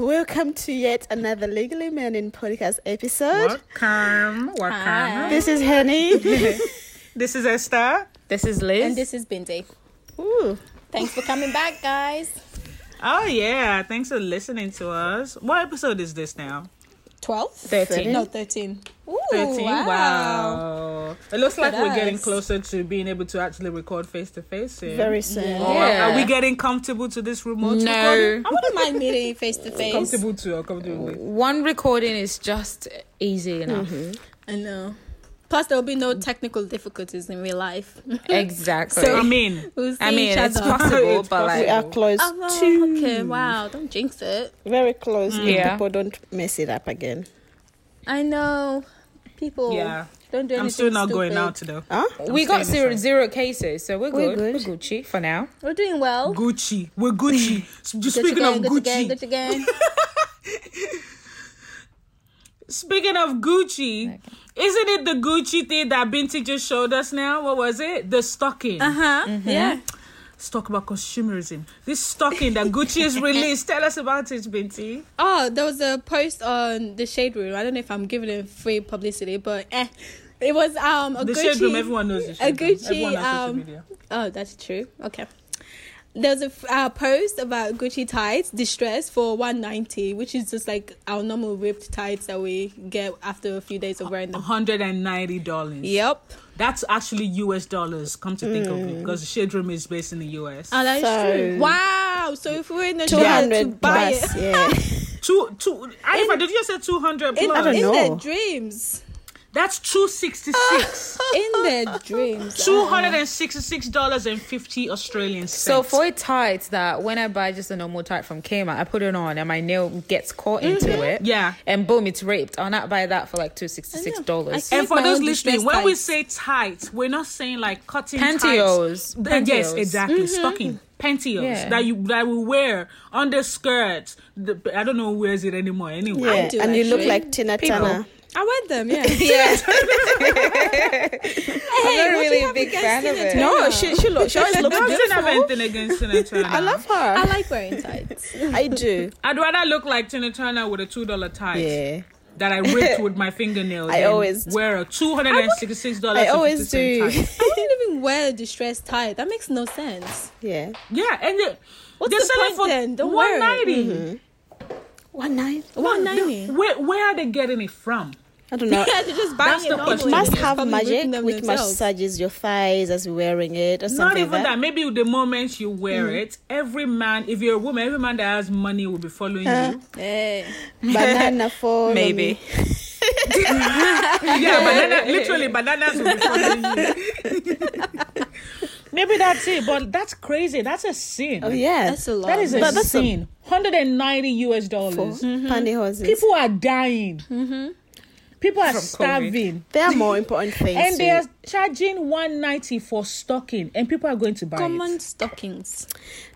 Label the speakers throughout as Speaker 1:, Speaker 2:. Speaker 1: to yet another Legally Men in Podcast episode.
Speaker 2: Welcome, welcome.
Speaker 3: Hi.
Speaker 1: This is Henny.
Speaker 2: This is Esther.
Speaker 3: This is Liz.
Speaker 4: And this is Bindi.
Speaker 1: Ooh.
Speaker 4: Thanks for coming back, guys.
Speaker 2: Oh yeah, thanks for listening to us. What episode is this now?
Speaker 4: 12?
Speaker 3: 13.
Speaker 4: No, 13. Ooh,
Speaker 2: Thirteen. Wow. It looks like
Speaker 4: at
Speaker 2: we're getting
Speaker 4: us.
Speaker 2: closer to being able to actually record face to face soon.
Speaker 1: Very soon.
Speaker 2: Or
Speaker 3: Yeah.
Speaker 2: Are we getting comfortable to this remote
Speaker 3: No.
Speaker 2: recording?
Speaker 4: I wouldn't mind meeting face to face.
Speaker 2: Oh. Comfortable to or comfortable with?
Speaker 3: One recording is just easy enough.
Speaker 4: I know. Plus, there will be no technical difficulties in real life.
Speaker 3: Exactly.
Speaker 2: I mean,
Speaker 4: We'll see
Speaker 3: I mean,
Speaker 4: each
Speaker 3: it's
Speaker 4: other.
Speaker 3: possible,
Speaker 2: It's
Speaker 3: but
Speaker 1: We
Speaker 3: like,
Speaker 1: are close
Speaker 4: Oh, well,
Speaker 1: to
Speaker 4: okay, wow. Don't jinx it.
Speaker 1: very close. if
Speaker 3: Yeah.
Speaker 1: People don't mess it up again.
Speaker 4: I know. People.
Speaker 2: Yeah.
Speaker 4: Don't do anything.
Speaker 2: I'm still not
Speaker 4: stupid.
Speaker 2: going out though.
Speaker 1: Huh?
Speaker 3: we got
Speaker 2: staying
Speaker 3: zero,
Speaker 2: inside.
Speaker 3: zero cases, so we're
Speaker 1: We're
Speaker 3: good. We're, Gucci for now.
Speaker 4: We're doing well.
Speaker 2: Gucci, we're Gucci. S- Just
Speaker 4: Gucci
Speaker 2: speaking
Speaker 4: gang,
Speaker 2: of
Speaker 4: Gucci gang,
Speaker 2: Gucci,
Speaker 4: Gucci gang.
Speaker 2: speaking of Gucci, isn't it the Gucci thing that Binti just showed us now? What was it? The stocking.
Speaker 4: Uh huh.
Speaker 2: Mm-hmm.
Speaker 4: Yeah.
Speaker 2: Let's talk about consumerism. This stocking that Gucci has released. Tell us about it, Binti.
Speaker 4: Oh, there was a post on the Shade Room. I don't know if I'm giving it free publicity, but eh, it was um a
Speaker 2: The
Speaker 4: Gucci.
Speaker 2: shade room, everyone knows the
Speaker 4: a
Speaker 2: shade room.
Speaker 4: Gucci.
Speaker 2: Everyone has social
Speaker 4: um,
Speaker 2: media.
Speaker 4: Oh, that's true. Okay. There was a f- uh, post about Gucci tights distress for 190, which is just like our normal ripped tights that we get after a few days of wearing them.
Speaker 2: $190.
Speaker 4: Yep. Mm.
Speaker 2: That's actually US dollars, come to think of it, because the shade room is based in the US.
Speaker 4: Oh, that's
Speaker 1: So-
Speaker 4: true. Wow. So if we we're in a
Speaker 1: Two
Speaker 4: dream to
Speaker 1: hundred
Speaker 4: buy it,
Speaker 1: plus. Yeah.
Speaker 2: two, two, Aifa, did you say 200
Speaker 4: in,
Speaker 2: plus?
Speaker 1: don't
Speaker 4: in
Speaker 1: know.
Speaker 4: their dreams,
Speaker 2: That's 266
Speaker 4: in their dreams,
Speaker 2: $266.50 Australian cents.
Speaker 3: So for a tight that when I buy just a normal tight from Kmart, I put it on and my nail gets caught into it.
Speaker 2: Yeah.
Speaker 3: And boom, it's ripped. I'll not buy that for like two sixty six dollars.
Speaker 4: I
Speaker 2: and
Speaker 4: Make
Speaker 2: for
Speaker 4: my
Speaker 2: those
Speaker 4: own
Speaker 2: listening,
Speaker 4: distress
Speaker 2: when we
Speaker 4: tights.
Speaker 2: say tight, we're not saying like cutting
Speaker 3: Pantyhose.
Speaker 2: tights. Th- Yes,
Speaker 3: Pantyhose.
Speaker 2: exactly. Stocking. Pantyhose
Speaker 3: Yeah.
Speaker 2: that you that we wear under skirts. The, I don't know who wears it anymore. Anyway,
Speaker 1: yeah.
Speaker 4: do,
Speaker 1: And you look
Speaker 4: actually.
Speaker 1: like Tina
Speaker 3: People.
Speaker 1: Turner.
Speaker 4: I wear them. Yeah.
Speaker 3: Yeah. I'm
Speaker 4: what
Speaker 3: not
Speaker 4: do you
Speaker 3: really a
Speaker 4: have
Speaker 3: big
Speaker 4: against
Speaker 3: fan of
Speaker 4: Tina
Speaker 3: it.
Speaker 4: Turner?
Speaker 1: No, she she looks she always looks
Speaker 2: I don't have
Speaker 1: beautiful.
Speaker 2: anything against Tina Turner.
Speaker 1: I love her.
Speaker 4: I like wearing tights.
Speaker 1: I do.
Speaker 2: I'd rather look like Tina Turner with a two dollar tie
Speaker 1: Yeah.
Speaker 2: that I ripped with my fingernails.
Speaker 1: I
Speaker 2: than
Speaker 1: always-
Speaker 2: wear a two hundred and sixty six dollars.
Speaker 1: I always do.
Speaker 4: I wouldn't even wear a distressed tie. That makes no sense.
Speaker 1: Yeah.
Speaker 2: Yeah, and they,
Speaker 4: What's
Speaker 2: they're
Speaker 4: the
Speaker 2: selling
Speaker 4: point
Speaker 2: for
Speaker 4: then? Don't wear
Speaker 2: one
Speaker 4: it.
Speaker 2: ninety.
Speaker 1: One night.
Speaker 4: One ninety.
Speaker 2: Where where are they getting it from?
Speaker 1: I don't
Speaker 4: Yeah,
Speaker 1: know.
Speaker 4: they're just buying
Speaker 2: That's
Speaker 4: it
Speaker 2: the
Speaker 4: normally.
Speaker 2: question.
Speaker 4: They're
Speaker 1: must
Speaker 2: Just
Speaker 1: have
Speaker 4: probably
Speaker 1: magic
Speaker 4: ripping them
Speaker 1: which
Speaker 4: themselves.
Speaker 1: massages your thighs as you're wearing it or
Speaker 2: Not
Speaker 1: something Mm.
Speaker 2: even
Speaker 1: like
Speaker 2: that. Maybe the moment you wear it, every man, if you're a woman, every man that has money will be following
Speaker 1: Uh.
Speaker 2: you.
Speaker 4: Eh.
Speaker 1: Banana for
Speaker 3: Maybe.
Speaker 2: Yeah, banana, literally, bananas will be following you. Maybe that's it, but that's crazy. That's a sin.
Speaker 1: Oh yeah.
Speaker 4: That's a lot.
Speaker 2: That is a
Speaker 1: But that's a-
Speaker 2: sin. 190 US dollars.
Speaker 1: Pantyhoses.
Speaker 2: People are dying.
Speaker 1: Mm-hmm.
Speaker 2: People are starving.
Speaker 1: there are more important things.
Speaker 2: And they are
Speaker 1: too.
Speaker 2: charging 190 for stocking, and people are going to buy
Speaker 4: Common
Speaker 2: it.
Speaker 4: stockings.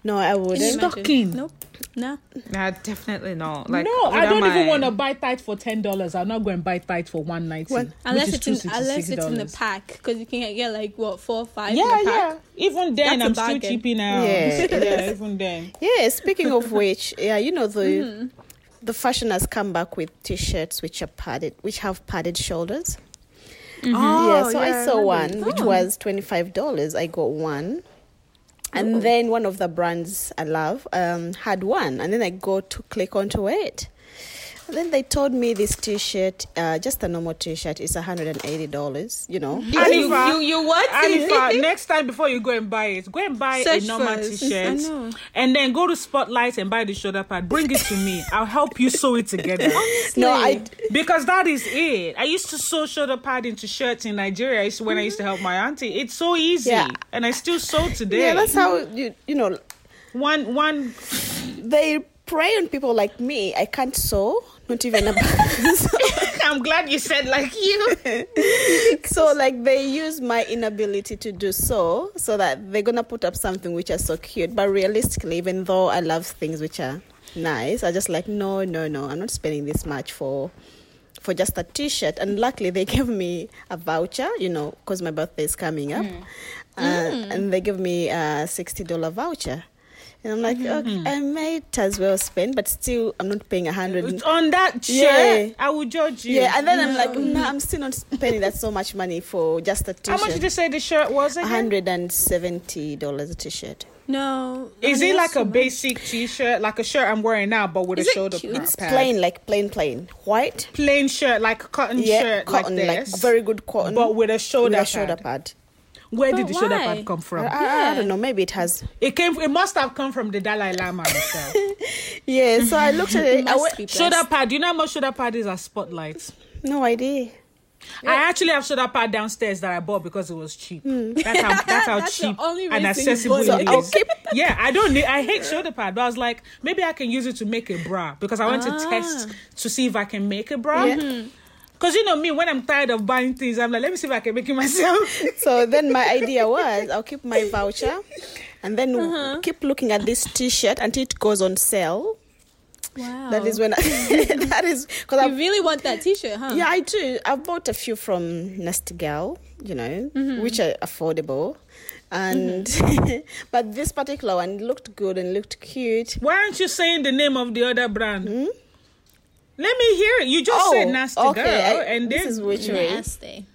Speaker 1: no, I wouldn't.
Speaker 2: Stop. Stocking.
Speaker 4: Nope. No.
Speaker 3: Nah, definitely not. Like
Speaker 2: no, I don't even want
Speaker 3: to
Speaker 2: to buy tight for ten dollars. I'm not going to buy tight for one ninety.
Speaker 1: Well,
Speaker 4: Unless it's in unless it's in a pack because you can get like what four or five.
Speaker 2: Yeah,
Speaker 4: in a
Speaker 2: yeah.
Speaker 4: pack.
Speaker 2: Even then,
Speaker 4: That's a
Speaker 2: I'm still
Speaker 4: bargain.
Speaker 2: cheaping out.
Speaker 1: Yeah, yeah.
Speaker 2: Even then,
Speaker 1: Yeah. Speaking of which, yeah, you know the Mm-hmm. the fashion has come back with t-shirts which are padded, which have padded shoulders. Mm-hmm. Oh, yeah, so I Oh. saw one which was twenty five dollars. I got one, and then one of the brands I love um, had one, and then I go to click onto it. And then they told me this T-shirt, uh, just a normal T-shirt, is hundred and eighty dollars. You know,
Speaker 3: You, you, you, you what?
Speaker 2: Alifa, next time before you go and buy it, go and buy
Speaker 4: Search
Speaker 2: a normal
Speaker 4: first.
Speaker 2: t-shirt,
Speaker 4: I know.
Speaker 2: and then go to Spotlight and buy the shoulder pad. Bring it to me. I'll help you sew it together.
Speaker 1: no, I
Speaker 2: Because that is it. I used to sew shoulder pad into shirts in Nigeria. I used to- when I used to help my auntie. It's so easy,
Speaker 1: Yeah.
Speaker 2: and I still sew today.
Speaker 1: yeah, that's how you you know
Speaker 2: one one
Speaker 1: they prey on people like me. I can't sew, not even a
Speaker 2: I'm glad you said like you.
Speaker 1: so like they use my inability to do so so that they're gonna put up something which are so cute but realistically even though i love things which are nice i just like no no no i'm not spending this much for for just a t-shirt and luckily they gave me a voucher you know because my birthday is coming up uh, and they gave me a $60 voucher And I'm like, okay, I might as well spend, but still, I'm not paying a hundred.
Speaker 2: It's on that chair. I will judge you.
Speaker 1: Mm. Yeah, and then I'm like, no, I'm still not spending that so much money for just a
Speaker 2: How much did you
Speaker 1: t-shirt.
Speaker 2: say the shirt was again?
Speaker 1: hundred and seventy dollars a t-shirt.
Speaker 4: No.
Speaker 2: Is
Speaker 4: no, that's
Speaker 2: it like
Speaker 4: too
Speaker 2: a
Speaker 4: much.
Speaker 2: basic t-shirt, like a shirt I'm wearing now, but with
Speaker 4: Is
Speaker 2: a
Speaker 4: it
Speaker 2: shoulder
Speaker 4: cute?
Speaker 2: pa-
Speaker 4: It's
Speaker 2: pad?
Speaker 1: Plain, like plain, plain white.
Speaker 2: plain shirt, like cotton
Speaker 1: Yeah,
Speaker 2: shirt,
Speaker 1: cotton,
Speaker 2: like
Speaker 1: like,
Speaker 2: this,
Speaker 1: very good cotton,
Speaker 2: but with a shoulder
Speaker 1: with a
Speaker 2: pad.
Speaker 1: shoulder pad.
Speaker 2: Where
Speaker 4: But
Speaker 2: did the shoulder
Speaker 4: why?
Speaker 2: pad come from?
Speaker 1: I, I- I don't know. Maybe it has.
Speaker 2: It came. It must have come from the Dalai Lama himself.
Speaker 1: Yeah. So I looked at it. I
Speaker 4: Must
Speaker 1: went,
Speaker 4: be
Speaker 2: shoulder
Speaker 4: blessed.
Speaker 2: pad. You know how much shoulder pad is at Spotlight?
Speaker 1: no idea.
Speaker 2: I actually have shoulder pad downstairs that I bought because it was cheap.
Speaker 1: Hmm.
Speaker 2: That's how, that's how
Speaker 4: That's the
Speaker 2: cheap
Speaker 4: only
Speaker 2: and
Speaker 4: reason you
Speaker 2: accessible
Speaker 4: bought
Speaker 2: it
Speaker 1: it.
Speaker 2: is. Yeah, I don't need. I hate shoulder pad, but I was like, maybe I can use it to make a bra because I want to test to see if I can make a bra.
Speaker 1: Ah.
Speaker 2: Mm-hmm.
Speaker 1: Yeah.
Speaker 2: Cause you know me, when I'm tired of buying things, I'm like, let me see if I can make it myself.
Speaker 1: So then my idea was I'll keep my voucher, and then
Speaker 2: Uh-huh.
Speaker 1: keep looking at this T-shirt until it goes on sale.
Speaker 4: Wow.
Speaker 2: Oh.
Speaker 1: That is when I, that is because
Speaker 4: You
Speaker 1: I
Speaker 4: really want that T-shirt, huh?
Speaker 1: yeah I do. I bought a few from Nasty Gal, you know,
Speaker 2: Mm-hmm.
Speaker 1: which are affordable, and but this particular one looked good and looked cute.
Speaker 2: Why aren't you saying the name of the other brand?
Speaker 1: Hmm?
Speaker 2: Let me hear it. You just said nasty girl,
Speaker 1: Oh, I-
Speaker 2: and
Speaker 1: this is
Speaker 2: then
Speaker 1: witchery.
Speaker 4: Nasty.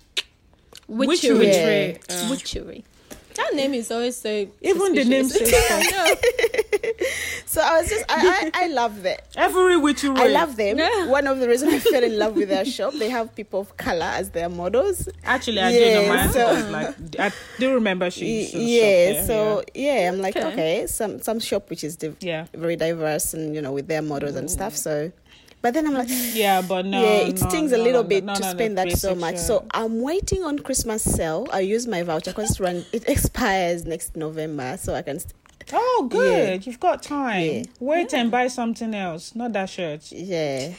Speaker 2: witchery.
Speaker 4: Witchery.
Speaker 1: Witchery.
Speaker 4: Witchery. That name is always so.
Speaker 2: Even the name
Speaker 4: suspicious.
Speaker 2: says
Speaker 4: I know.
Speaker 1: So I was just I I, I love that.
Speaker 2: every witchery.
Speaker 1: I love them.
Speaker 4: Yeah.
Speaker 1: One of the reasons I fell in love with their shop, they have people of color as their models.
Speaker 2: Actually, I
Speaker 1: Yeah,
Speaker 2: do know my auntie
Speaker 1: so-
Speaker 2: does like. I do remember she. used to
Speaker 1: yeah,
Speaker 2: shop there,
Speaker 1: so yeah. I'm like,
Speaker 4: Okay.
Speaker 1: okay, some some shop which is div-
Speaker 2: Yeah.
Speaker 1: very diverse and you know with their models and stuff. So, but then I'm like,
Speaker 2: yeah, but no.
Speaker 1: yeah, it
Speaker 2: no,
Speaker 1: stings
Speaker 2: no,
Speaker 1: a little
Speaker 2: no,
Speaker 1: bit
Speaker 2: no,
Speaker 1: to
Speaker 2: no, no,
Speaker 1: spend that so
Speaker 2: basic
Speaker 1: much.
Speaker 2: shirt.
Speaker 1: So I'm waiting on Christmas sale. I use my voucher because it run it expires next November, so I can. St-
Speaker 2: oh, good. You've got time.
Speaker 1: Yeah.
Speaker 2: Wait and buy something else, not that shirt.
Speaker 1: yeah,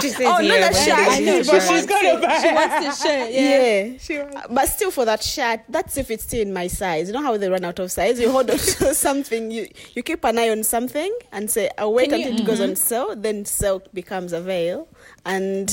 Speaker 3: She says,
Speaker 1: Oh, no,
Speaker 3: yeah,
Speaker 1: that's
Speaker 3: but-
Speaker 1: shy. I know,
Speaker 2: But
Speaker 1: she
Speaker 2: she's
Speaker 1: wants
Speaker 2: gonna buy.
Speaker 4: She wants the shirt. Yeah.
Speaker 1: yeah. But still, for that shirt, that's if it's still in my size. You know how they run out of size. You hold on to something. You you keep an eye on something and say, "I'll wait
Speaker 4: Can you-
Speaker 1: until it goes
Speaker 2: Mm-hmm.
Speaker 1: on sale." Then sale becomes avail, and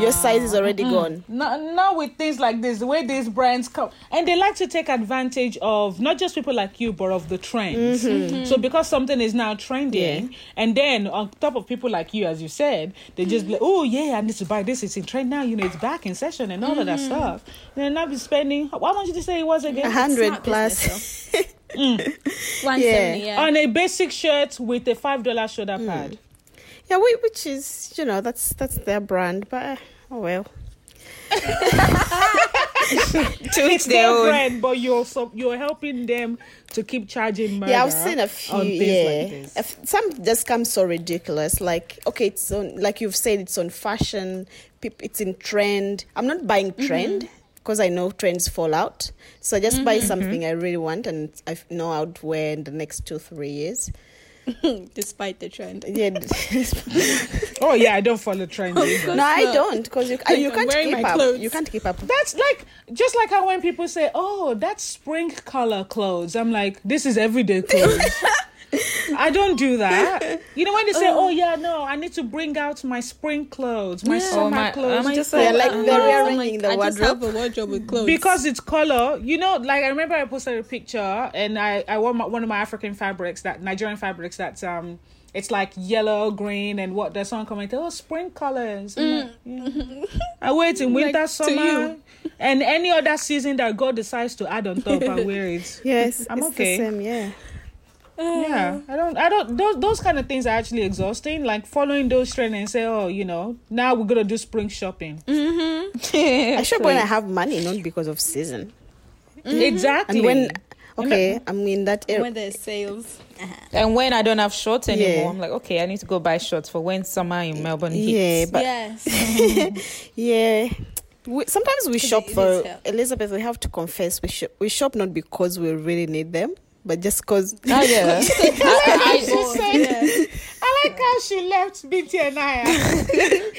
Speaker 1: your size is already gone.
Speaker 2: No, not with things like this, the way these brands come. And they like to take advantage of not just people like you, but of the trends.
Speaker 1: Mm-hmm.
Speaker 2: So because something is now trending, and then on top of people like you, as you said, they just be like, oh, yeah, I need to buy this. It's in trend now. You know, it's back in session and all of that stuff. And then I'll be spending, how much did you say it was
Speaker 1: A
Speaker 2: again?
Speaker 1: hundred
Speaker 4: Smart
Speaker 1: plus.
Speaker 4: business, though. 170, yeah.
Speaker 2: On a basic shirt with a $5 shoulder pad.
Speaker 1: Yeah, we, which is you know that's that's their brand, but uh, oh well.
Speaker 3: To each
Speaker 2: It's their
Speaker 3: their own.
Speaker 2: brand, but you're, so, you're helping them to keep charging money.
Speaker 1: Yeah, I've seen a few.
Speaker 2: on things
Speaker 1: yeah,
Speaker 2: like this.
Speaker 1: A f- some just come so ridiculous. Like okay, it's on. Like you've said, it's on fashion. peop- It's in trend. I'm not buying trend because I know trends fall out. So I just buy something I really want and I f- know I'll wear in the next two three years.
Speaker 4: Despite the trend.
Speaker 1: Yeah, d-
Speaker 2: Oh yeah, I don't follow trends. either.
Speaker 1: no, I
Speaker 4: not.
Speaker 1: don't because you I- you
Speaker 4: I'm
Speaker 1: can't
Speaker 4: wearing
Speaker 1: keep
Speaker 4: my
Speaker 1: up.
Speaker 4: clothes.
Speaker 1: You can't keep up.
Speaker 2: That's like just like how when people say, "Oh, that's spring color clothes," I'm like, "This is everyday clothes." I don't do that. You know when they say, "Oh yeah, no, I need to bring out my spring clothes, my
Speaker 4: Yeah.
Speaker 2: summer
Speaker 3: Oh, my-
Speaker 2: clothes,"
Speaker 3: am I
Speaker 2: just uh-huh.
Speaker 3: so-
Speaker 1: They're like
Speaker 4: Uh-uh.
Speaker 1: they're
Speaker 4: I'm
Speaker 1: rearranging
Speaker 4: like,
Speaker 1: the
Speaker 4: I just
Speaker 1: wardrobe.
Speaker 4: have a wardrobe with clothes.
Speaker 2: because it's color. You know, like I remember I posted a picture and I I wore my, one of my African fabrics that Nigerian fabrics that's um. It's like yellow, green, and what the song commented. Oh, spring colors! I'm like, yeah. I wait in winter,
Speaker 4: Mm. to
Speaker 2: summer, and any other season that God decides to add on top. I wear it.
Speaker 1: Yes,
Speaker 2: I'm
Speaker 1: it's
Speaker 2: okay.
Speaker 1: the same. Yeah.
Speaker 4: Uh.
Speaker 2: Yeah, I don't, I don't. Those those kind of things are actually exhausting. Like following those trends and say, oh, you know, now we're gonna do spring shopping.
Speaker 4: Mm.
Speaker 1: I shop when I have money, not because of season.
Speaker 2: Exactly.
Speaker 1: And when okay, I'm in that area.
Speaker 4: when there's sales.
Speaker 3: And when I don't have shorts anymore,
Speaker 1: Yeah.
Speaker 3: I'm like, okay, I need to go buy shorts for when summer in Melbourne
Speaker 1: Yeah,
Speaker 3: hits.
Speaker 1: but
Speaker 4: yes.
Speaker 1: yeah. We, sometimes we shop
Speaker 4: it is
Speaker 1: for
Speaker 4: help.
Speaker 1: Elizabeth. We have to confess we shop, we shop not because we really need them, but just because.
Speaker 4: Ah.
Speaker 3: Oh yeah. I- I- I-
Speaker 4: Oh, yeah.
Speaker 2: I like how she left BT and I.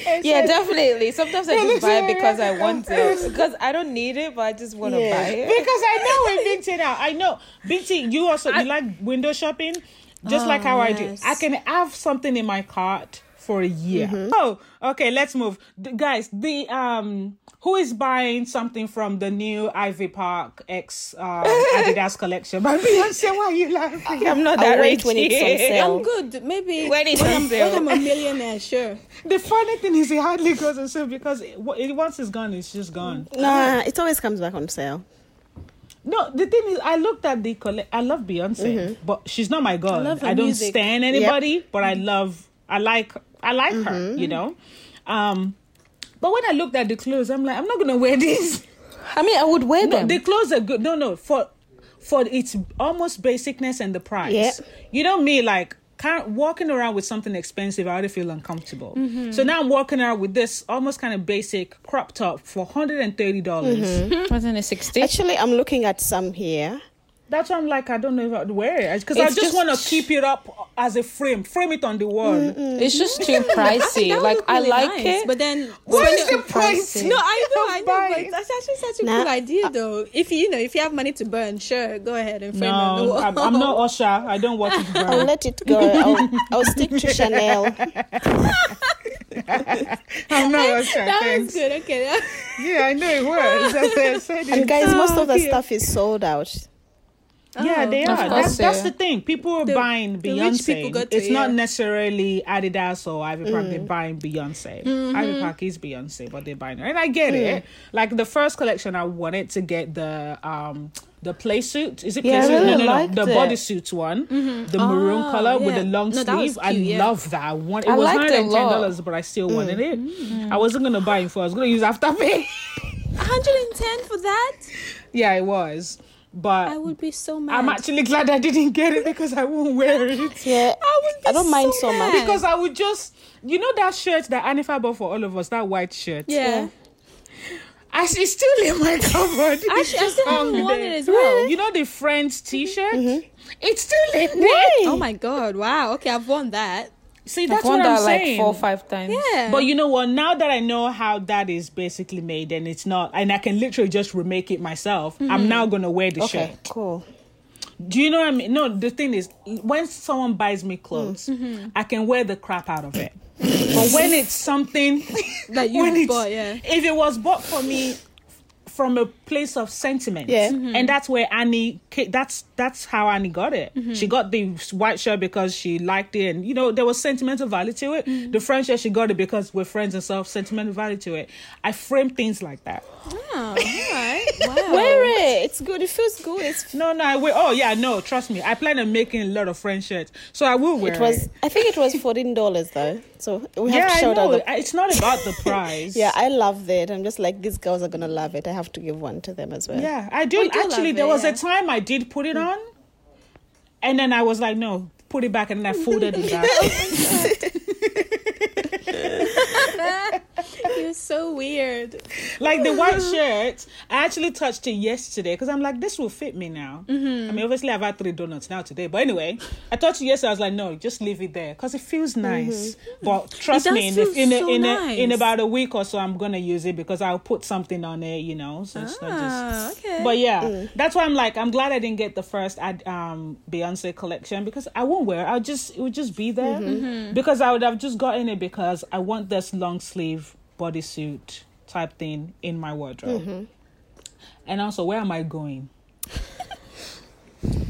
Speaker 2: And
Speaker 3: yeah,
Speaker 2: said,
Speaker 3: definitely. Sometimes I just buy it
Speaker 2: literally
Speaker 3: because I want it. Because I don't need it, but I just want to
Speaker 1: Yeah.
Speaker 3: buy it.
Speaker 2: because I know with BT now. I know BT. You
Speaker 3: Oh,
Speaker 2: also you like window shopping, just like how I do. I
Speaker 4: yes.
Speaker 2: can have something in my cart for a year.
Speaker 3: Mm-hmm.
Speaker 2: Oh, okay, let's move. The, guys, the um who is buying something from the new Ivy Park X um, Adidas collection? But Beyonce, why are you laughing?
Speaker 3: I'm not
Speaker 1: I'll
Speaker 3: that
Speaker 1: wait
Speaker 3: rich.
Speaker 1: when it's on sale.
Speaker 4: I'm good. Maybe
Speaker 3: When it's on
Speaker 4: when I'm
Speaker 3: sale.
Speaker 4: a millionaire, sure.
Speaker 2: The funny thing is, he hardly goes on sale because it, it, once it's gone, it's just
Speaker 3: Mm.
Speaker 2: gone.
Speaker 1: Nah, it always comes back on sale.
Speaker 2: No, the thing is, I looked at the collect. I love Beyonce, but she's not my god. I,
Speaker 4: Mm-hmm. love her
Speaker 2: don't
Speaker 4: music.
Speaker 2: stand anybody, but I love. I like. I like
Speaker 4: Mm-hmm.
Speaker 2: her. You know. Um, but when I looked at the clothes, I'm like, I'm not gonna wear these.
Speaker 3: I mean, I would wear
Speaker 2: No, the clothes are good. No, no, for for its almost basicness and the price.
Speaker 1: Yeah.
Speaker 2: You know me, like can't, walking around with something expensive, I already feel uncomfortable.
Speaker 4: Mm-hmm.
Speaker 2: So now I'm walking around with this almost kind of basic crop top for hundred and thirty dollars.
Speaker 4: Mm-hmm.
Speaker 3: Wasn't it 60?
Speaker 1: Actually, I'm looking at some here.
Speaker 2: That's why I'm like, I don't know if I'd wear it because I
Speaker 3: It's
Speaker 2: just,
Speaker 3: just-
Speaker 2: want to keep it up as a frame, frame it on the wall.
Speaker 3: It's just too pricey.
Speaker 4: That would
Speaker 3: like,
Speaker 4: look
Speaker 3: I
Speaker 4: really
Speaker 3: like
Speaker 4: nice,
Speaker 3: it.
Speaker 4: But then
Speaker 2: Why
Speaker 4: when
Speaker 2: is
Speaker 4: you-
Speaker 2: the price?
Speaker 4: No, I know, I know,
Speaker 2: Buy it.
Speaker 4: but that's actually such a
Speaker 1: Nah,
Speaker 4: cool idea, though. If you know, if you have money to burn, sure, go ahead and frame it. on the
Speaker 2: No,
Speaker 4: wall.
Speaker 2: I'm, I'm not Usher. I don't watch it.
Speaker 1: I'll let it go. I'll, I'll stick to Chanel.
Speaker 2: I'm not Usher.
Speaker 4: That
Speaker 2: thanks.
Speaker 4: was good. Okay, that-
Speaker 2: Yeah, I know it was. That's why I said it. Oh,
Speaker 1: And guys, most of the
Speaker 2: Okay.
Speaker 1: stuff is sold out.
Speaker 2: Yeah,
Speaker 4: Oh.
Speaker 2: they
Speaker 3: Of
Speaker 2: are. That's,
Speaker 3: course they
Speaker 2: that's
Speaker 3: are.
Speaker 2: the thing. People are
Speaker 4: The-
Speaker 2: buying
Speaker 4: the
Speaker 2: Beyonce.
Speaker 4: rich people got to, Mm.
Speaker 2: it's not
Speaker 4: yeah.
Speaker 2: necessarily Adidas or Ivy Park. They're buying Beyonce.
Speaker 4: Mm-hmm.
Speaker 2: Ivy Park is Beyonce, but they're buying her. And I get
Speaker 4: Mm.
Speaker 2: it. Like the first collection, I wanted to get the um the play suit. Is it
Speaker 3: Yeah,
Speaker 2: play
Speaker 3: I
Speaker 2: suit?
Speaker 3: really
Speaker 2: no, no,
Speaker 3: liked
Speaker 2: no. The
Speaker 3: it.
Speaker 2: bodysuit one, the maroon
Speaker 4: Oh,
Speaker 2: color with the
Speaker 4: yeah.
Speaker 2: long
Speaker 4: No, that was
Speaker 2: sleeve. I
Speaker 4: cute, yeah.
Speaker 2: love that. I want. It
Speaker 3: I
Speaker 2: was
Speaker 3: liked it a
Speaker 2: hundred and ten
Speaker 3: lot.
Speaker 2: dollars, but I still wanted
Speaker 4: Mm.
Speaker 2: it. I wasn't gonna buy it for. I was gonna use afterpay.
Speaker 4: 110 for that?
Speaker 2: yeah, it was. But
Speaker 4: I would be so mad.
Speaker 2: I'm actually glad I didn't get it because I won't wear it.
Speaker 1: Yeah,
Speaker 4: I would be
Speaker 1: I don't mind so much.
Speaker 2: Because I would just, you know, that shirt that Anifa bought for all of us, that white shirt.
Speaker 4: yeah.
Speaker 2: I, it's still in my cupboard. It's
Speaker 4: Actually, I
Speaker 2: just
Speaker 4: still have
Speaker 2: hung
Speaker 4: one
Speaker 2: there.
Speaker 4: as well.
Speaker 2: You know the French T-shirt? It's still in there.
Speaker 4: Oh my god, wow. Okay, I've worn that.
Speaker 2: See,
Speaker 3: I've
Speaker 2: that's
Speaker 3: worn
Speaker 2: what I'm
Speaker 3: that like
Speaker 2: saying.
Speaker 3: four or five times.
Speaker 4: Yeah.
Speaker 2: But you know what? Now that I know how that is basically made, and it's not, and I can literally just remake it myself. I'm now gonna wear the
Speaker 1: Okay,
Speaker 2: shirt.
Speaker 1: cool.
Speaker 2: Do you know what I mean? No, the thing is, when someone buys me clothes,
Speaker 4: Mm. Mm-hmm.
Speaker 2: I can wear the crap out of it. but when it's something
Speaker 4: That you
Speaker 2: when it's-
Speaker 4: bought, yeah.
Speaker 2: if it was bought for me from a place of sentiment,
Speaker 1: Yeah.
Speaker 4: Mm-hmm.
Speaker 2: and that's where Annie, ca- that's that's how Annie got it.
Speaker 4: Mm-hmm.
Speaker 2: She got the white shirt because she liked it, and you know there was sentimental value to it.
Speaker 4: Mm.
Speaker 2: The French shirt she got it because we're friends and stuff, sentimental value to it. I frame things like that.
Speaker 4: Oh, all right. Wow.
Speaker 1: Wear it. It's good. It feels good. It's,
Speaker 2: No, no, I will. Oh yeah, no, trust me. I plan on making a lot of French shirts, so I will wear
Speaker 1: it was. I think it was fourteen dollars though. So we have
Speaker 2: yeah,
Speaker 1: to
Speaker 2: I
Speaker 1: shout out
Speaker 2: know.
Speaker 1: the.
Speaker 2: I- It's not about the price.
Speaker 1: Yeah, I loved it. I'm just like these girls are gonna love it. I have to give one to them as well.
Speaker 2: yeah, I do.
Speaker 4: We do love
Speaker 2: actually,
Speaker 4: it,
Speaker 2: there was
Speaker 4: yeah. Mm.
Speaker 2: a time I did put it on, and then I was like, no, put it back, and then I folded it back.
Speaker 4: You're so weird.
Speaker 2: like the white shirt, I actually touched it yesterday because I'm like, this will fit me now.
Speaker 4: Mm-hmm.
Speaker 2: I mean, obviously, I've had three donuts now today, but anyway, I touched it yesterday. I was like, no, just leave it there because it feels nice. But trust
Speaker 4: Mm-hmm. Mm. does
Speaker 2: me, in, the,
Speaker 4: feel
Speaker 2: in, a,
Speaker 4: so
Speaker 2: in,
Speaker 4: nice.
Speaker 2: a, in about a week or so, I'm gonna use it because I'll put something on it, you know. So it's not just.
Speaker 4: Ah, okay.
Speaker 2: But yeah,
Speaker 1: Mm.
Speaker 2: that's why I'm like, I'm glad I didn't get the first ad, um, Beyonce collection because I won't wear it. I'll just, it would just be there
Speaker 1: Mm-hmm.
Speaker 4: Mm-hmm.
Speaker 2: because I would have just gotten it because I want this long sleeve bodysuit type thing in my wardrobe.
Speaker 1: Mm-hmm.
Speaker 2: And also, where am I going?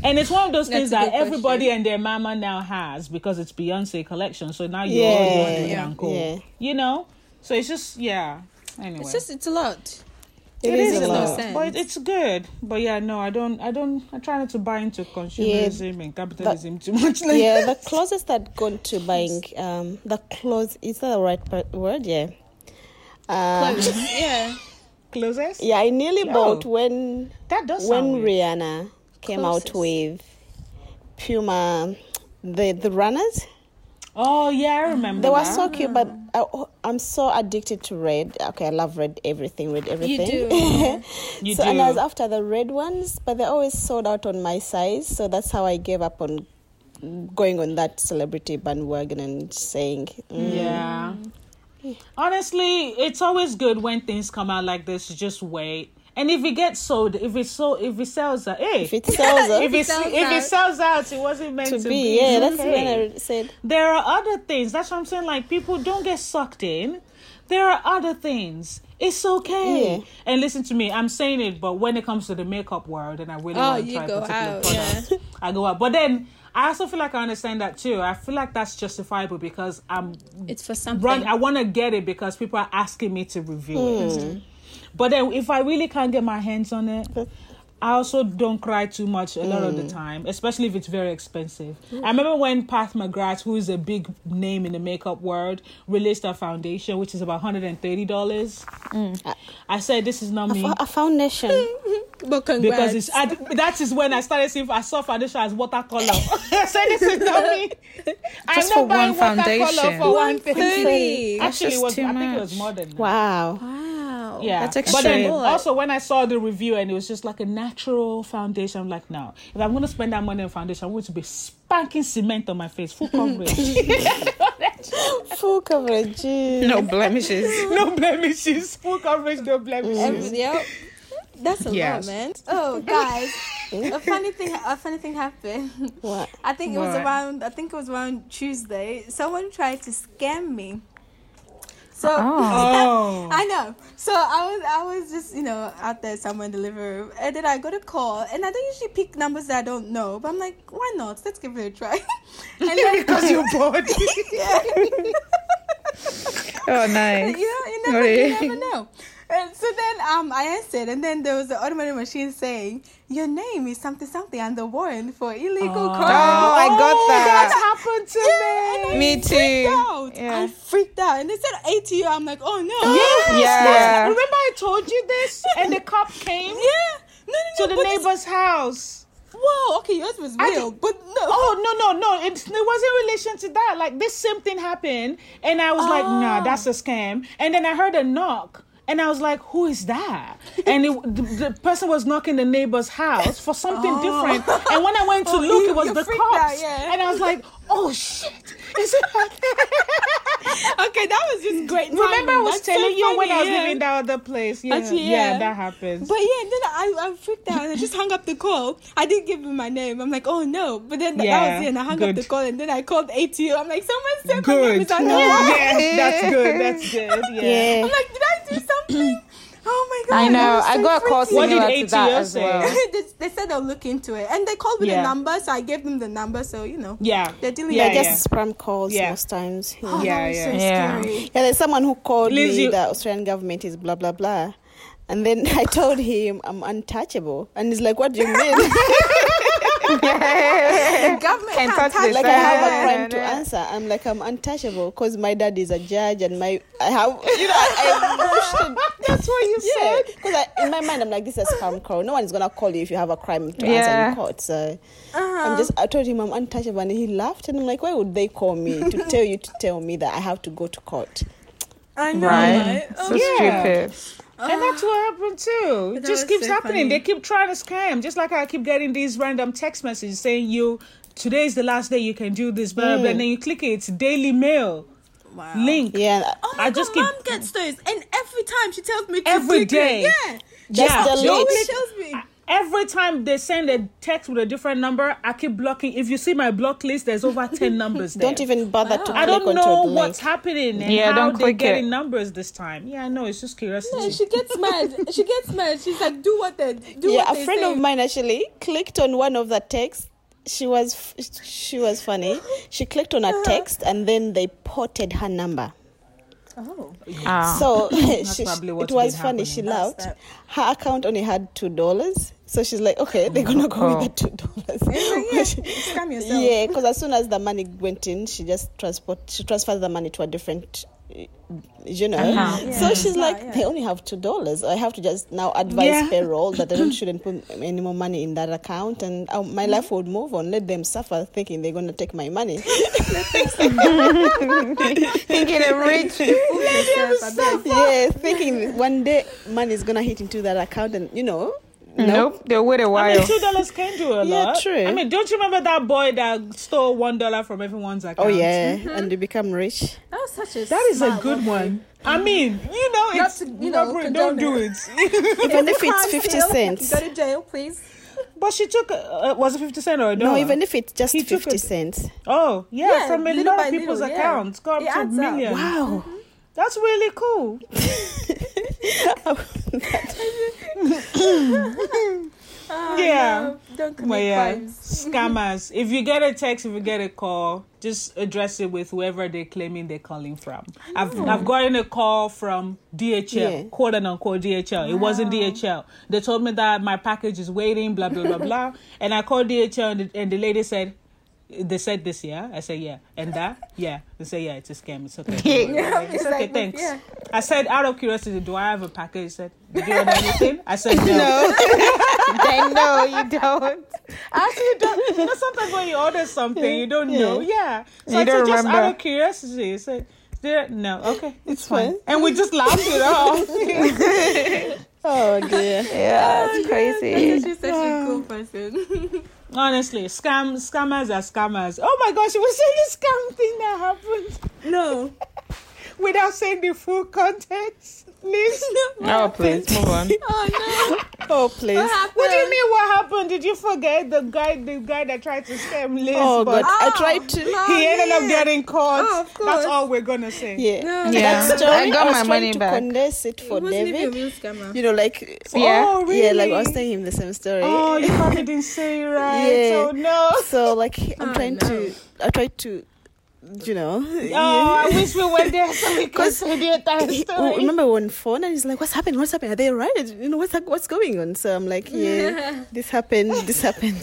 Speaker 2: And it's one of those
Speaker 4: That's
Speaker 2: things
Speaker 4: a good
Speaker 2: that everybody and their mama now has because it's Beyonce collection. So now you all
Speaker 1: Yeah,
Speaker 2: want to
Speaker 1: yeah,
Speaker 2: yeah,
Speaker 1: yeah.
Speaker 2: You know? So it's just, yeah. Anyway
Speaker 4: It's just, it's a lot.
Speaker 1: it is,
Speaker 4: is
Speaker 1: a
Speaker 4: a lot.
Speaker 1: lot.
Speaker 4: sense.
Speaker 2: but it- it's good. But yeah, no, I don't, I don't, I try not to buy into consumerism and capitalism too much. Like,
Speaker 1: yeah, the closest I'd gone to buying um the clothes is that the right per- word? Yeah. Uh,
Speaker 4: Clothes. yeah.
Speaker 2: closest.
Speaker 1: yeah, I nearly
Speaker 2: No.
Speaker 1: bought when
Speaker 2: That does sound
Speaker 1: when
Speaker 2: weird.
Speaker 1: Rihanna came
Speaker 4: Closest.
Speaker 1: out with Puma, the the runners.
Speaker 2: Oh yeah, I remember.
Speaker 1: They were
Speaker 2: that.
Speaker 1: so cute, but I, oh, I'm so addicted to red. Okay, I love red everything, red everything.
Speaker 4: do,
Speaker 2: You
Speaker 1: so, And I was
Speaker 2: do.
Speaker 1: after the red ones, but they always sold out on my size. So that's how I gave up on going on that celebrity bandwagon and saying, mm,
Speaker 2: Yeah. Honestly, it's always good when things come out like this. You just wait And if it gets sold, if it sold, if it sells out, hey,
Speaker 1: If it sells out
Speaker 2: if it,
Speaker 4: sells
Speaker 2: if
Speaker 4: out.
Speaker 2: it sells out, it wasn't meant to,
Speaker 1: to be, yeah, that's
Speaker 2: Okay.
Speaker 1: when I said
Speaker 2: There are other things. That's what I'm saying. Like people don't get sucked in. There are other things. It's okay.
Speaker 1: Yeah.
Speaker 2: And listen to me. I'm saying it, but when it comes to the makeup world, and I really
Speaker 4: Oh,
Speaker 2: want to
Speaker 4: you
Speaker 2: try a
Speaker 4: go
Speaker 2: particular
Speaker 4: out,
Speaker 2: product, I go out. But then I also feel like I understand that too. I feel like that's justifiable because I'm
Speaker 4: It's for something.
Speaker 2: run. I want to get it because people are asking me to review it. But then if I really can't get my hands on it. I also don't cry too much a lot of the time, especially if it's very expensive. I remember when Pat McGrath, who is a big name in the makeup world, released her foundation, which is about hundred and thirty dollars. I said, "This is not
Speaker 1: a,
Speaker 2: me."
Speaker 1: fo- a foundation.
Speaker 4: but congrats.
Speaker 2: because it's I, that is when I started seeing I saw foundation as watercolor. I said this is not me. I'm not
Speaker 3: Just for
Speaker 2: buying
Speaker 3: one
Speaker 2: watercolor
Speaker 3: foundation.
Speaker 2: for one thing.
Speaker 4: 130.
Speaker 3: That's
Speaker 2: Actually, it
Speaker 3: just
Speaker 2: was,
Speaker 3: too
Speaker 2: I think it was
Speaker 3: much.
Speaker 2: more than that.
Speaker 1: Wow.
Speaker 4: Wow.
Speaker 2: Yeah,
Speaker 3: That's
Speaker 2: But then
Speaker 3: extreme.
Speaker 2: also when I saw the review and it was just like a natural foundation, I'm like, no, if I'm gonna spend that money on foundation, I want it to be spanking cement on my face, full coverage,
Speaker 1: Full coverage. yeah.
Speaker 3: No blemishes.
Speaker 2: no blemishes, full coverage, no blemishes.
Speaker 4: Every- yep. That's a
Speaker 3: Yes.
Speaker 4: lot, man. Oh, guys, a funny thing. A funny thing happened.
Speaker 1: What?
Speaker 4: I think it was
Speaker 3: What?
Speaker 4: around. I think it was around Tuesday. Someone tried to scam me. So
Speaker 2: Oh.
Speaker 4: I know. So I was I was just you know out there somewhere in the living room, and then I got a call, and I don't usually pick numbers that I don't know, but I'm like, why not? Let's give it a try. and then,
Speaker 2: Because you're bored.
Speaker 4: yeah, you
Speaker 3: Oh, nice.
Speaker 4: know, you never, you
Speaker 3: Sorry.
Speaker 4: never know. And so then um, I answered, and then there was the automated machine saying, "Your name is something something and the warrant for illegal
Speaker 3: Oh,
Speaker 4: crime."
Speaker 3: I got
Speaker 2: That's
Speaker 3: that.
Speaker 2: Oh. happened to
Speaker 4: Yeah, and I
Speaker 2: me.
Speaker 3: Me
Speaker 4: freaked
Speaker 3: too.
Speaker 4: Out.
Speaker 3: Yeah.
Speaker 4: I freaked out, and they said ATU. I'm like, oh no.
Speaker 2: Yes,
Speaker 3: Yeah.
Speaker 2: yes. Remember I told you this, and the cop came
Speaker 4: Yeah. No, no, no.
Speaker 2: to the
Speaker 4: but it's-
Speaker 2: neighbor's house.
Speaker 4: Whoa. Okay, yours was
Speaker 2: I
Speaker 4: real,
Speaker 2: did-
Speaker 4: but no.
Speaker 2: Oh no no no! It's, it was in relation to that. Like this same thing happened, and I was like,
Speaker 4: Oh.
Speaker 2: "Nah, that's a scam." And then I heard a knock, and I was like, "Who is that?" And it, the, the person was knocking the neighbor's house for something different. And when I went to
Speaker 4: Oh,
Speaker 2: look,
Speaker 4: you-
Speaker 2: it was
Speaker 4: you
Speaker 2: the
Speaker 4: freaked out,
Speaker 2: cops,
Speaker 4: yeah.
Speaker 2: and I was like, "Oh shit!" Is it?
Speaker 4: okay, that was just great.
Speaker 2: Remember, I
Speaker 4: timing.
Speaker 2: was
Speaker 4: That's so
Speaker 2: telling you when
Speaker 4: funny,
Speaker 2: I was
Speaker 4: yeah.
Speaker 2: living that other place. Yeah,
Speaker 4: Actually,
Speaker 2: yeah.
Speaker 4: yeah.
Speaker 2: that happens.
Speaker 4: But yeah, then I, I freaked out and I just hung up the call. I didn't give him my name. I'm like, oh no. But then that
Speaker 2: Yeah,
Speaker 4: was it, and I hung up
Speaker 2: good.
Speaker 4: the call, and then I called ATU. I'm like, someone said my name
Speaker 2: good.
Speaker 4: is on the line.
Speaker 2: Yeah, that's good. That's good. yeah.
Speaker 1: Yeah.
Speaker 4: I'm like, did I do something? oh my god.
Speaker 3: I know.
Speaker 4: was
Speaker 3: I
Speaker 4: so
Speaker 3: got a call
Speaker 4: freaky.
Speaker 2: What did
Speaker 3: similar to that
Speaker 2: ATL
Speaker 3: as
Speaker 2: say?
Speaker 3: well.
Speaker 4: they, they said they'll look into it, and they called me the
Speaker 2: Yeah.
Speaker 4: number, so I gave them the number. So you know,
Speaker 2: Yeah.
Speaker 4: they're dealing
Speaker 2: Yeah,
Speaker 4: with
Speaker 1: They're
Speaker 4: it.
Speaker 1: just spam calls
Speaker 2: Yeah.
Speaker 1: most times. Yeah.
Speaker 4: Oh,
Speaker 2: Yeah,
Speaker 4: that was so
Speaker 3: yeah.
Speaker 4: scary.
Speaker 1: Yeah, there's someone who called
Speaker 2: Liz,
Speaker 1: me
Speaker 2: you-
Speaker 1: that Australian government is blah blah blah. And then I told him I'm untouchable. And he's like, What do you mean?
Speaker 4: The government can't
Speaker 3: Can't touch
Speaker 4: touch
Speaker 3: this.
Speaker 1: like I have a
Speaker 3: Yeah.
Speaker 1: crime to answer. I'm like I'm untouchable because my dad is a judge and my I have you know I, I pushed it. That's what you said. Because in my mind I'm like this is a scam call. No one is gonna call you if you have a crime to answer
Speaker 3: Yeah.
Speaker 1: in court. So I'm just I told him I'm untouchable and he laughed and I'm like why would they call me to tell you to tell me that I have to go to court?
Speaker 4: I know. Oh
Speaker 3: Right. So
Speaker 2: Yeah.
Speaker 3: stupid.
Speaker 2: and that's what happened too. It
Speaker 4: That
Speaker 2: just
Speaker 4: was
Speaker 2: keeps
Speaker 4: so
Speaker 2: happening.
Speaker 4: funny.
Speaker 2: They keep trying to scam. Just like I keep getting these random text messages saying you today is the last day you can do this, blah blah, blah. And then you click it, it's Daily Mail
Speaker 4: Wow.
Speaker 2: link.
Speaker 1: Yeah.
Speaker 4: Oh my
Speaker 2: I
Speaker 4: god,
Speaker 2: just keep-
Speaker 4: mom gets those, and every time she tells me to
Speaker 2: Every
Speaker 4: click it.
Speaker 2: day.
Speaker 4: Yeah.
Speaker 1: Just
Speaker 2: Yeah,
Speaker 1: delete.
Speaker 4: She
Speaker 2: don't
Speaker 4: always
Speaker 2: click-
Speaker 4: tells me.
Speaker 2: Every time they send a text with a different number, I keep blocking. If you see my block list, there's over ten numbers. There.
Speaker 1: Don't even bother to click
Speaker 2: I don't
Speaker 1: onto
Speaker 2: know
Speaker 1: the link.
Speaker 2: what's happening and
Speaker 3: Yeah,
Speaker 2: how
Speaker 3: don't
Speaker 2: they're
Speaker 3: click
Speaker 2: getting
Speaker 3: it.
Speaker 2: numbers this time. Yeah, I know. It's just curiosity.
Speaker 4: No, she gets mad. She gets mad. She's like, do what they do.
Speaker 1: yeah, a
Speaker 4: what they
Speaker 1: friend
Speaker 4: say.
Speaker 1: of mine actually clicked on one of the texts. She was f- she was funny. She clicked on
Speaker 4: Uh-huh.
Speaker 1: a text and then they ported her number.
Speaker 4: Oh.
Speaker 3: Ah.
Speaker 1: So she, she-
Speaker 2: probably
Speaker 1: it
Speaker 2: what's
Speaker 1: was
Speaker 2: been
Speaker 1: funny. She
Speaker 2: happening.
Speaker 1: laughed.
Speaker 4: That's
Speaker 1: Her account only had two dollars, so she's like, okay, they're gonna go with the two dollars.
Speaker 4: Oh. Yeah, scam yourself.
Speaker 1: yeah, because as soon as the money went in, she just transport she transferred the money to a different. uh, You know,
Speaker 3: Account.
Speaker 1: so
Speaker 4: Yeah.
Speaker 1: she's
Speaker 4: Yeah,
Speaker 1: like,
Speaker 4: yeah.
Speaker 1: they only have two dollars. I have to just now advise
Speaker 2: Yeah.
Speaker 1: payroll that they don't, shouldn't put any more money in that account, and uh, my life would move on. Let them suffer, thinking they're gonna take my money.
Speaker 3: Thinking it rich.
Speaker 4: Fool yourself, I beg.
Speaker 1: yeah, thinking one day money is gonna hit into that account, and you know,
Speaker 3: Nope, they wait a
Speaker 2: I mean,
Speaker 3: while.
Speaker 2: two dollars can do a
Speaker 1: Yeah,
Speaker 2: lot.
Speaker 1: true.
Speaker 2: I mean, don't you remember that boy that stole one dollar from everyone's account?
Speaker 1: Oh yeah, and you become rich.
Speaker 4: That was such a
Speaker 2: that is a
Speaker 4: smart
Speaker 2: good one. I mean, you know,
Speaker 4: Not
Speaker 2: it's
Speaker 4: to, you know,
Speaker 2: robbery, don't do
Speaker 4: condone
Speaker 2: it.
Speaker 1: Even if it's
Speaker 4: Crime
Speaker 1: fifty
Speaker 4: bill.
Speaker 1: cents.
Speaker 4: You go to jail, please.
Speaker 2: but she took uh, was it fifty cent or a dollar?
Speaker 1: No, even if it's just
Speaker 2: He took
Speaker 1: fifty
Speaker 2: it.
Speaker 1: cents.
Speaker 2: oh yeah,
Speaker 4: Yeah,
Speaker 2: from a
Speaker 4: little
Speaker 2: lot
Speaker 4: by
Speaker 2: of people's
Speaker 4: little, yeah.
Speaker 2: accounts, got
Speaker 4: It
Speaker 2: up to a
Speaker 4: adds up.
Speaker 2: million.
Speaker 1: Wow.
Speaker 2: That's really cool. yeah.
Speaker 4: No, don't commit
Speaker 2: Oh, Well, yeah,
Speaker 4: crimes.
Speaker 2: scammers. if you get a text, if you get a call, just address it with whoever they're claiming they're calling from. I've I've gotten a call from DHL,
Speaker 1: Yeah.
Speaker 2: quote and unquote DHL. It wasn't DHL. They told me that my package is waiting, blah blah blah blah. And I called DHL, and the, and the lady said, "They said this, yeah." I said, "Yeah," and that, yeah. They said, "Yeah, it's a scam. It's okay." Don't worry."
Speaker 4: Yeah,
Speaker 2: It's
Speaker 4: it's
Speaker 2: okay,
Speaker 4: like,
Speaker 2: thanks.
Speaker 4: yeah.
Speaker 2: I said, out of curiosity, do I have a package? He said, did you order anything? I said, no.
Speaker 3: they know you don't.
Speaker 2: Actually, don't, you know, sometimes when you order something, you don't know. Yeah. So
Speaker 3: You
Speaker 2: I said,
Speaker 3: don't
Speaker 2: just out
Speaker 3: remember.
Speaker 2: of curiosity. I said, there, no, okay, it's fine. And we just laughed it off.
Speaker 1: Oh dear.
Speaker 3: Oh, Yeah, it's
Speaker 4: She's
Speaker 3: crazy.
Speaker 4: just such a cool person.
Speaker 2: Honestly, scam scammers are scammers. Oh my gosh, it was such a scam thing that happened
Speaker 4: no.
Speaker 2: without saying the full context. Please.
Speaker 3: Oh, please move on.
Speaker 4: Oh no.
Speaker 1: Oh please.
Speaker 4: What happened?
Speaker 2: What do you mean? What happened? Did you forget the guy? The guy that tried to scam Liz,
Speaker 1: Oh
Speaker 2: but
Speaker 1: god. I
Speaker 4: Oh,
Speaker 1: tried to.
Speaker 4: no.
Speaker 2: he ended up
Speaker 4: yeah.
Speaker 2: getting caught.
Speaker 4: Oh, of course.
Speaker 2: That's all we're gonna say.
Speaker 1: Yeah.
Speaker 4: No.
Speaker 3: Yeah.
Speaker 1: That story,
Speaker 3: I got
Speaker 1: was
Speaker 3: my
Speaker 1: trying
Speaker 3: money
Speaker 1: to
Speaker 3: back.
Speaker 1: condense it for
Speaker 4: It wasn't even a
Speaker 1: David.
Speaker 4: real scammer.
Speaker 1: You know, like
Speaker 3: Yeah.
Speaker 2: Oh, really?
Speaker 1: yeah, like I was telling him the same story.
Speaker 2: Oh, you probably didn't say it right.
Speaker 1: Yeah.
Speaker 2: Oh no.
Speaker 1: So like I'm
Speaker 4: Oh,
Speaker 1: trying
Speaker 4: no.
Speaker 1: to I tried to you know
Speaker 2: Oh, I wish we were there so we could
Speaker 1: 'Cause
Speaker 2: say the entire
Speaker 1: he-
Speaker 2: story.
Speaker 1: oh, remember we we're on phone and he's like, "What's happened? What's happened? Are they right? You know what's what's going on?" So I'm like, "Yeah, this happened. This happened."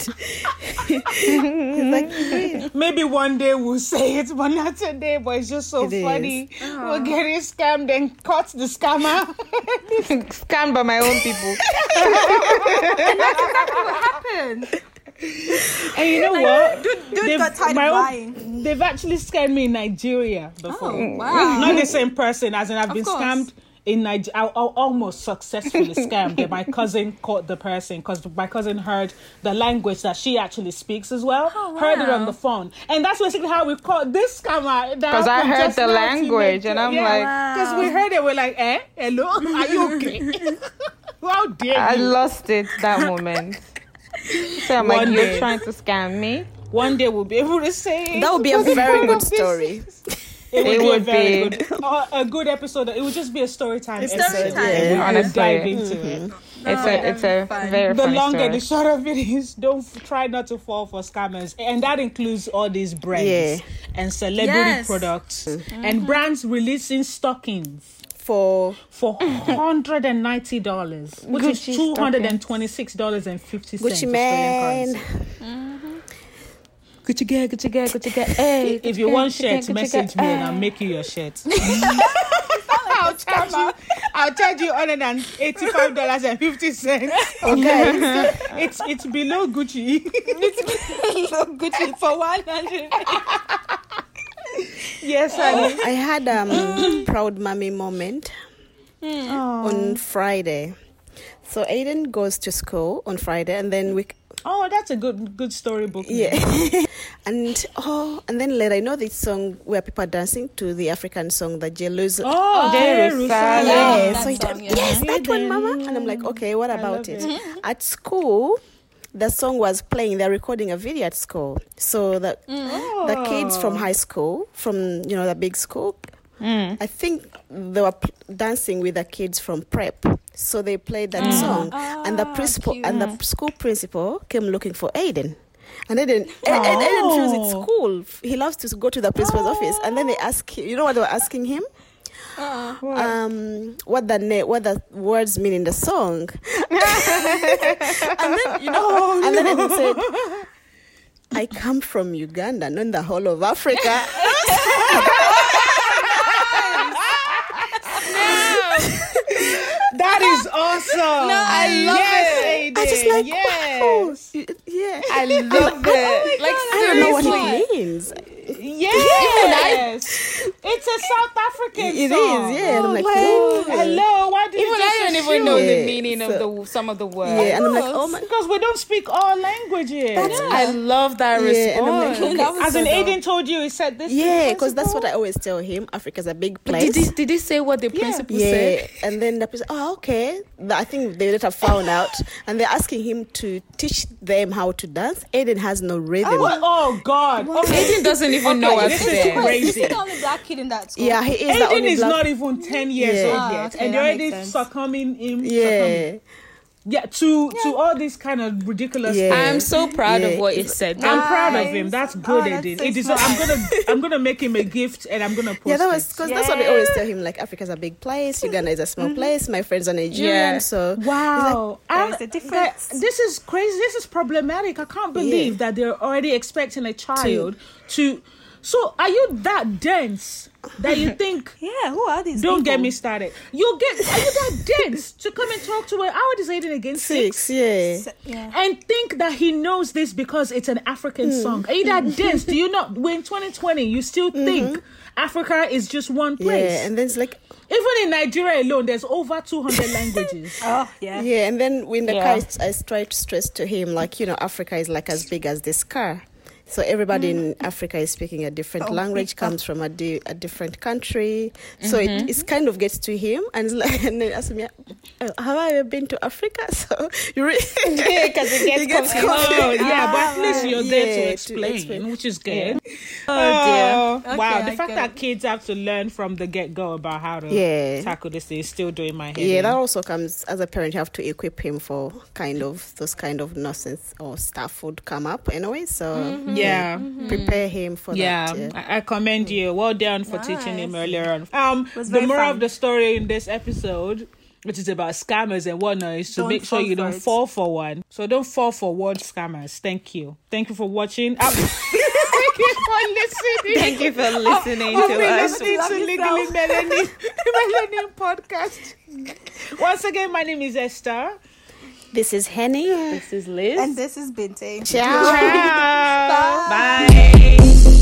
Speaker 1: he's like, "Really?"
Speaker 2: Maybe one day we'll say it, but not today. But it's just so
Speaker 1: It is.
Speaker 2: funny. We're getting scammed and caught the scammer.
Speaker 3: Scammed by my own people.
Speaker 2: And you know what?
Speaker 4: dude
Speaker 2: They've-
Speaker 4: got tired of
Speaker 2: my own-
Speaker 4: lying.
Speaker 2: They've actually scammed me in Nigeria before.
Speaker 4: Oh, wow.
Speaker 2: Not the same person, as in I've
Speaker 4: Of
Speaker 2: been
Speaker 4: course.
Speaker 2: scammed in Nigeria. I, I almost successfully scammed. and my cousin caught the person because my cousin heard the language that she actually speaks as well.
Speaker 4: Oh,
Speaker 2: Heard it on
Speaker 4: wow.
Speaker 2: the phone, and that's basically how we caught this scammer.
Speaker 3: Because I heard the language and I'm like-
Speaker 2: because we heard it, we're like, eh, hello, are you okay? how dare
Speaker 3: I
Speaker 2: you?
Speaker 3: lost it that moment. So I'm like,
Speaker 2: One
Speaker 3: you're
Speaker 2: day.
Speaker 3: trying to scam me.
Speaker 2: One day we'll be able to say
Speaker 1: That would be a very good story.
Speaker 2: It would,
Speaker 3: It
Speaker 2: be, a
Speaker 3: would
Speaker 2: very
Speaker 3: be.
Speaker 2: good, uh, a good episode. It would just be a story time.
Speaker 1: It's
Speaker 2: episode.
Speaker 4: story time.
Speaker 2: We would
Speaker 3: Honestly.
Speaker 2: dive into it.
Speaker 3: It's a, it's a
Speaker 4: fun.
Speaker 3: very
Speaker 2: The
Speaker 3: funny
Speaker 2: long
Speaker 3: story.
Speaker 2: and the short of it is, don't f- try not to fall for scammers, and that includes all these brands and celebrity
Speaker 4: Yes.
Speaker 2: products and brands releasing stockings
Speaker 1: For
Speaker 2: for hundred and ninety dollars, which
Speaker 3: Gucci
Speaker 2: is two hundred and twenty-six dollars and fifty cents.
Speaker 1: Gucci man,
Speaker 3: Gucci girl, Gucci girl, Gucci girl. Hey,
Speaker 2: If
Speaker 3: Gucci
Speaker 2: you
Speaker 3: girl,
Speaker 2: want
Speaker 3: Gucci girl,
Speaker 2: shirts,
Speaker 3: Gucci
Speaker 2: message me
Speaker 3: girl.
Speaker 2: and I'll make you your shirt. I'll charge you. I'll charge you hundred and eighty-five dollars and fifty cents.
Speaker 1: okay,
Speaker 2: It's it's below Gucci.
Speaker 4: Gucci for 100.
Speaker 2: yes, I.
Speaker 1: I had um proud mommy moment
Speaker 2: Oh,
Speaker 1: on Friday. So Aiden goes to school on Friday, and then we
Speaker 2: Oh, that's a good good storybook. name.
Speaker 4: Mm.
Speaker 1: Yeah. and oh, and then later I know this song where people are dancing to the African song that Jerusalem.
Speaker 2: Oh,
Speaker 3: Jerusalem.
Speaker 2: Jerusalem.
Speaker 1: yes,
Speaker 4: that
Speaker 1: so it-
Speaker 4: song, yeah. Mm-hmm.
Speaker 1: yes, that one, Mama. And I'm like, okay, what about it? At school, the song was playing. They're recording a video at school, so the
Speaker 4: Mm. Oh.
Speaker 1: the kids from high school, from you know the big school,
Speaker 3: Hmm.
Speaker 1: I think they were p- dancing with the kids from prep. So they played that
Speaker 4: Mm.
Speaker 1: song, and
Speaker 4: Ah,
Speaker 3: Ah,
Speaker 1: the principal and the school principal came looking for Aiden. And Aiden, A- A-
Speaker 3: Oh.
Speaker 1: Aiden feels it's cool. He loves to go to the principal's
Speaker 3: Ah.
Speaker 1: office, and then they ask him. You know what they were asking him?
Speaker 4: Ah,
Speaker 1: um, what the na- what the words mean in the song, and then you know,
Speaker 3: Oh,
Speaker 1: and then it said, "I come from Uganda, not the whole of Africa."
Speaker 2: That is awesome. No,
Speaker 3: I love
Speaker 2: yes, it.
Speaker 1: I just like, wow,
Speaker 2: yes.
Speaker 1: y- yeah.
Speaker 3: I love it. like
Speaker 1: I don't know what
Speaker 3: seriously.
Speaker 1: it means.
Speaker 2: Yes. It's a South African
Speaker 1: It is,
Speaker 2: song. Oh,
Speaker 1: yeah. and I'm like,
Speaker 4: like,
Speaker 1: "Whoa."
Speaker 2: Hello, why did
Speaker 3: Even
Speaker 2: you just
Speaker 3: I don't
Speaker 2: assume?
Speaker 3: even know
Speaker 1: Yeah,
Speaker 3: the meaning
Speaker 1: so-
Speaker 3: of the some of the words.
Speaker 1: Yeah, and I'm like, oh my.
Speaker 2: Because we don't speak all languages.
Speaker 3: I love that
Speaker 1: Yeah, and I'm like,
Speaker 3: response.
Speaker 1: okay.
Speaker 4: That was
Speaker 2: As
Speaker 4: so
Speaker 2: an
Speaker 4: dumb.
Speaker 2: Aiden told you, he said this.
Speaker 1: Yeah, because that's what I always tell him. Africa's a big
Speaker 3: But
Speaker 1: place.
Speaker 3: did he, did he say what the principal
Speaker 1: yeah,
Speaker 3: said?
Speaker 1: and then the person, oh, okay. The- I think they later found out, and they're asking him to teach them how to dance. Aiden has no rhythm.
Speaker 2: Oh, oh God. Okay.
Speaker 3: Aiden doesn't even know what's
Speaker 2: this is
Speaker 3: there.
Speaker 2: crazy.
Speaker 4: Is he the only black kid in that school?
Speaker 1: Yeah, he is the
Speaker 2: Aiden
Speaker 1: only
Speaker 2: is
Speaker 1: black.
Speaker 2: not even 10 years
Speaker 1: Yeah.
Speaker 2: old
Speaker 4: Ah,
Speaker 2: yet.
Speaker 4: okay,
Speaker 2: and
Speaker 4: that
Speaker 2: they're
Speaker 4: makes
Speaker 2: already
Speaker 4: sense.
Speaker 2: succumbing him. succumbing.
Speaker 1: yeah,
Speaker 2: Yeah, to, to all these kind of ridiculous
Speaker 1: Yeah.
Speaker 2: things.
Speaker 3: I'm so proud
Speaker 1: Yeah.
Speaker 3: of what he said.
Speaker 2: I'm
Speaker 3: Thank-
Speaker 2: proud of
Speaker 4: Nice.
Speaker 2: him. That's
Speaker 4: Oh,
Speaker 2: good,
Speaker 4: that's
Speaker 2: Aiden.
Speaker 4: so
Speaker 2: It is. I'm gonna. I'm gonna make him a gift, and I'm gonna post.
Speaker 1: yeah. That
Speaker 2: it.
Speaker 1: was because that's what we always tell him. Like Africa's a big place. Uganda is a small
Speaker 2: Mm-hmm.
Speaker 1: place. My friends are Nigerian,
Speaker 3: Yeah.
Speaker 1: so
Speaker 2: Wow.
Speaker 4: there's
Speaker 2: I'm-
Speaker 4: a difference.
Speaker 2: that- this is crazy. This is problematic. I can't believe that they're already expecting a child to. So, are you that dense that you think.
Speaker 4: Yeah, who are these?
Speaker 2: Don't get
Speaker 4: people?
Speaker 2: me started. You get. Are you that dense to come and talk to her? How old is Aiden again? Six.
Speaker 1: six. Yeah,
Speaker 4: Yeah.
Speaker 2: And think that he knows this because it's an African song. Are you that dense? Do you not? When 2020, you still think Africa is just one place.
Speaker 1: yeah. And then it's like,
Speaker 2: Even in Nigeria alone, there's over 200 languages.
Speaker 4: Oh, yeah.
Speaker 1: yeah. And then when the
Speaker 3: Yeah.
Speaker 1: car, is- I try to stress to him, like you know, Africa is like as big as this car. So everybody in
Speaker 3: Mm-hmm.
Speaker 1: Africa is speaking a different language, comes from a, di- a different country. So
Speaker 3: Mm-hmm.
Speaker 1: it it's kind of gets to him, and it's like, and then ask me, "Uh, have I ever been to Africa? So you really,
Speaker 3: Yeah, 'cause it gets confusing.
Speaker 2: Oh, yeah, but at least you're there
Speaker 1: Yeah,
Speaker 2: to
Speaker 1: to
Speaker 2: explain,
Speaker 1: explain.
Speaker 2: which is good.
Speaker 3: Oh,
Speaker 4: dear.
Speaker 2: wow,
Speaker 4: Okay,
Speaker 2: the
Speaker 4: I
Speaker 2: fact
Speaker 4: get
Speaker 2: that
Speaker 4: it.
Speaker 2: kids have to learn from the get go about how to
Speaker 1: Yeah.
Speaker 2: tackle this thing is still doing my head.
Speaker 1: Yeah,
Speaker 2: in.
Speaker 1: that also comes as a parent. You have to equip him for kind of those kind of nonsense or stuff would come up anyway. So
Speaker 3: Mm-hmm.
Speaker 2: Yeah.
Speaker 1: prepare him for
Speaker 2: yeah,
Speaker 1: that. Yeah.
Speaker 2: I, I commend you. Well done for teaching him
Speaker 4: Hmm. Nice.
Speaker 2: earlier on. Um,
Speaker 4: was
Speaker 2: the
Speaker 4: very
Speaker 2: moral of
Speaker 4: fun.
Speaker 2: the story in this episode, which is about scammers and whatnot, is to
Speaker 4: Don't
Speaker 2: make sure
Speaker 4: fall
Speaker 2: you
Speaker 4: for
Speaker 2: don't
Speaker 4: it.
Speaker 2: fall for one. So don't fall for word scammers. Thank you. Thank you for watching. Um, Thank you for listening.
Speaker 3: Thank you for listening
Speaker 2: I've
Speaker 3: to
Speaker 2: been
Speaker 3: us.
Speaker 2: listening
Speaker 4: Love
Speaker 2: to Legally
Speaker 4: yourself.
Speaker 2: Melanie, Melanie podcast. Once again, my name is Esther.
Speaker 1: This is Henny.
Speaker 3: This is Liz.
Speaker 4: And this is Binte.
Speaker 1: Ciao.
Speaker 2: Bye.
Speaker 4: Bye.
Speaker 2: Bye.